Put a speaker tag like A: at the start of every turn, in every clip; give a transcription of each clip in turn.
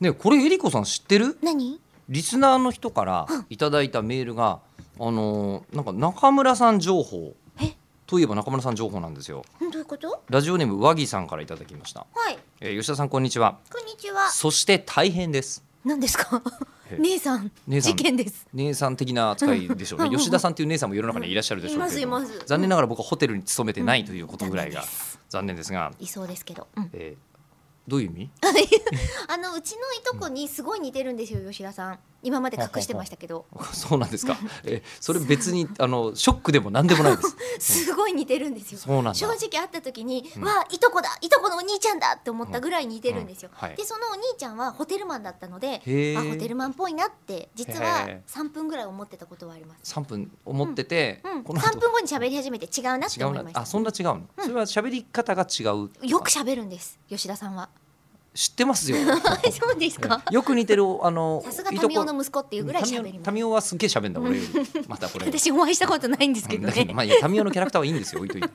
A: ねえこれえりこさん知ってる
B: 何
A: リスナーの人からいただいたメールが、あのーなんか中村さん情報
B: え
A: といえば中村さん情報なんですよ
B: どういうこと
A: ラジオネーム和木さんからいただきました、
B: はい
A: えー吉田さんこんにちは
B: こんにちは
A: そして大変です
B: 何です か
A: え
B: 姉さん
A: 姉さん
B: 事件です
A: 姉さん的な扱いでしょうね吉田さんという姉さんも世の中にはいらっしゃるでしょうけれども
B: いますいます
A: 残念ながら僕はホテルに勤めてないということぐらいが
B: 残念です
A: 残念ですが、
B: いそうですけど、うん、
A: えーどういう意味
B: あのうちのいとこにすごい似てるんですよ吉田さん今まで隠してましたけど
A: そうなんですか。えー、それ別にあのショックでも何でもない です。
B: すごい似てるんですよ
A: そうなんだ。
B: 正直会った時に、
A: うん
B: わあいとこだいとこのお兄ちゃんだって思ったぐらい似てるんですよ、
A: うんうんはい
B: でそのお兄ちゃんはホテルマンだったので
A: へー
B: あホテルマンっぽいなって実は
A: へー
B: 3分ぐらい思ってたことはあります
A: 三分思ってて、
B: うん、
A: この
B: 3
A: 後
B: 分後に喋り始めて違うなって
A: 違う
B: 思い
A: な
B: ま。し
A: あ、そんな違うの。それは喋り方が違うとか。
B: たよく喋るんです吉田さんは
A: 知ってますよ。
B: そうですか
A: よく似てるあの
B: さすが
A: い
B: 民
A: と
B: 生
A: こ
B: の息子っていうぐらい
A: 民生
B: 喋ります
A: 民生はすっげえ喋んだ俺より。またこれ。
B: 私お会いしたことないんですけど
A: だけど
B: ね
A: まあいやタミオのキャラクターはいいんですよ置い といて。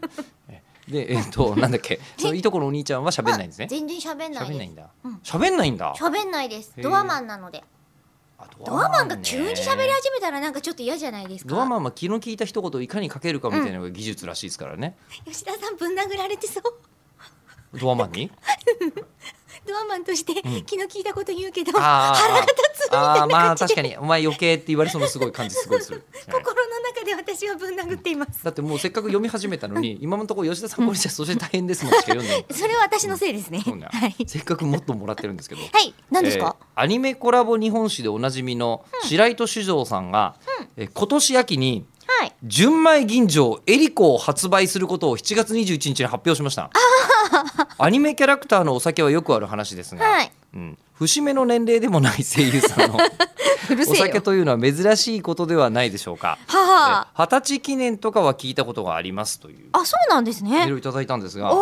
A: えでえっとなんだっけそのいとこのお兄ちゃんは喋んないんですね。
B: 全然喋んない
A: 喋ん
B: で
A: ない
B: す
A: んだ
B: うん。
A: 喋んないんだ。
B: 喋んないです
A: へー
B: ドアマンなので
A: あ
B: ドアマンが急に喋り
A: ね
B: 始めたらなんかちょっと嫌じゃないですか
A: ドアマンは気の利いた一言をいかにかけるかみたいなのが技術らしいですからね、
B: 吉田さんぶん殴られてそう
A: ドアマン に
B: ドアマンとして
A: うん
B: 気の利いたこと言うけど、
A: あー
B: 腹が立つみたい
A: ああ
B: な
A: まあ
B: 感じ
A: 確
B: で
A: かにお前余計って言われそうなすごい感じすごいする、はい
B: 心の中で私はぶん殴っています、
A: だってもうせっかく読み始めたの に今のところ吉田さんこれじゃそして大変ですもんしか読んでない
B: それは私のせいですね、
A: そうね
B: はい
A: せっかくもっともらってるんですけど
B: はい何ですか、
A: えーアニメコラボ日本史でおなじみの白糸酒造さんが、えー今年秋に
B: はい
A: 純米吟醸エリコを発売することを7月21日に発表しましたアニメキャラクターのお酒はよくある話ですが、
B: はい
A: うん、節目の年齢でもない声優さんの
B: うる
A: お
B: せえ
A: 酒
B: よ
A: と いうのは珍しいことではないでしょうか
B: はは
A: え二十歳記念とかは聞いたことがありますという
B: あそうなんです
A: メール
B: ね
A: をいただいたんですが
B: お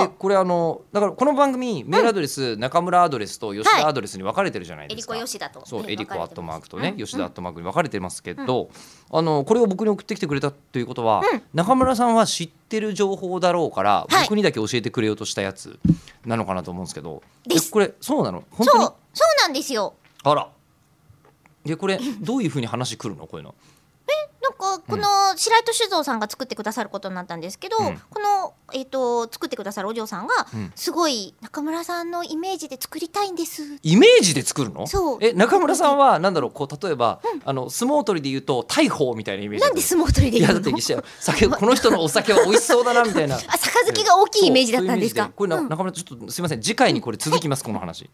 A: え
B: お
A: これあのだからこの番組メールアドレス、中村アドレスと吉
B: はい
A: 田アドレスに分かれてるじゃないですか、
B: 田と
A: そう
B: ね
A: エリコ
B: 分
A: アッ
B: かれ
A: ト
B: て
A: マー
B: ます
A: クとね、
B: うん
A: 吉田アットマークに分かれてますけど、あのこれを僕に送ってきてくれたということは、中村さんは知ってる情報だろうから、
B: はい
A: 僕にだけ教えてくれようとしたやつなのかなと思うんですけど
B: です
A: えこれそうなの本
B: そ
A: 当
B: う
A: に
B: そうなんですよ
A: あらでこれどういうふうに話くるのこういうの
B: なんかこの白糸酒造さんが作ってくださることになったんですけど、
A: うん
B: この、えー、と作ってくださるお嬢さんが、
A: うん
B: すごい中村さんのイメージで作りたいんです
A: イメージで作るの
B: そう
A: え中村さんはなんだろうこう例えば、あの相撲取りで言うと大鵬みたいなイメージ
B: なんで相撲取り
A: い
B: で
A: や
B: 言
A: だ
B: う
A: って
B: の
A: 一緒よ酒この人のお酒は美味しそうだなみた いな
B: あ杯が大きいイメージだったんですか
A: そうそういうイメージこれな、中
B: うん
A: 村ちょっとすみません次回にこれ続きますこの話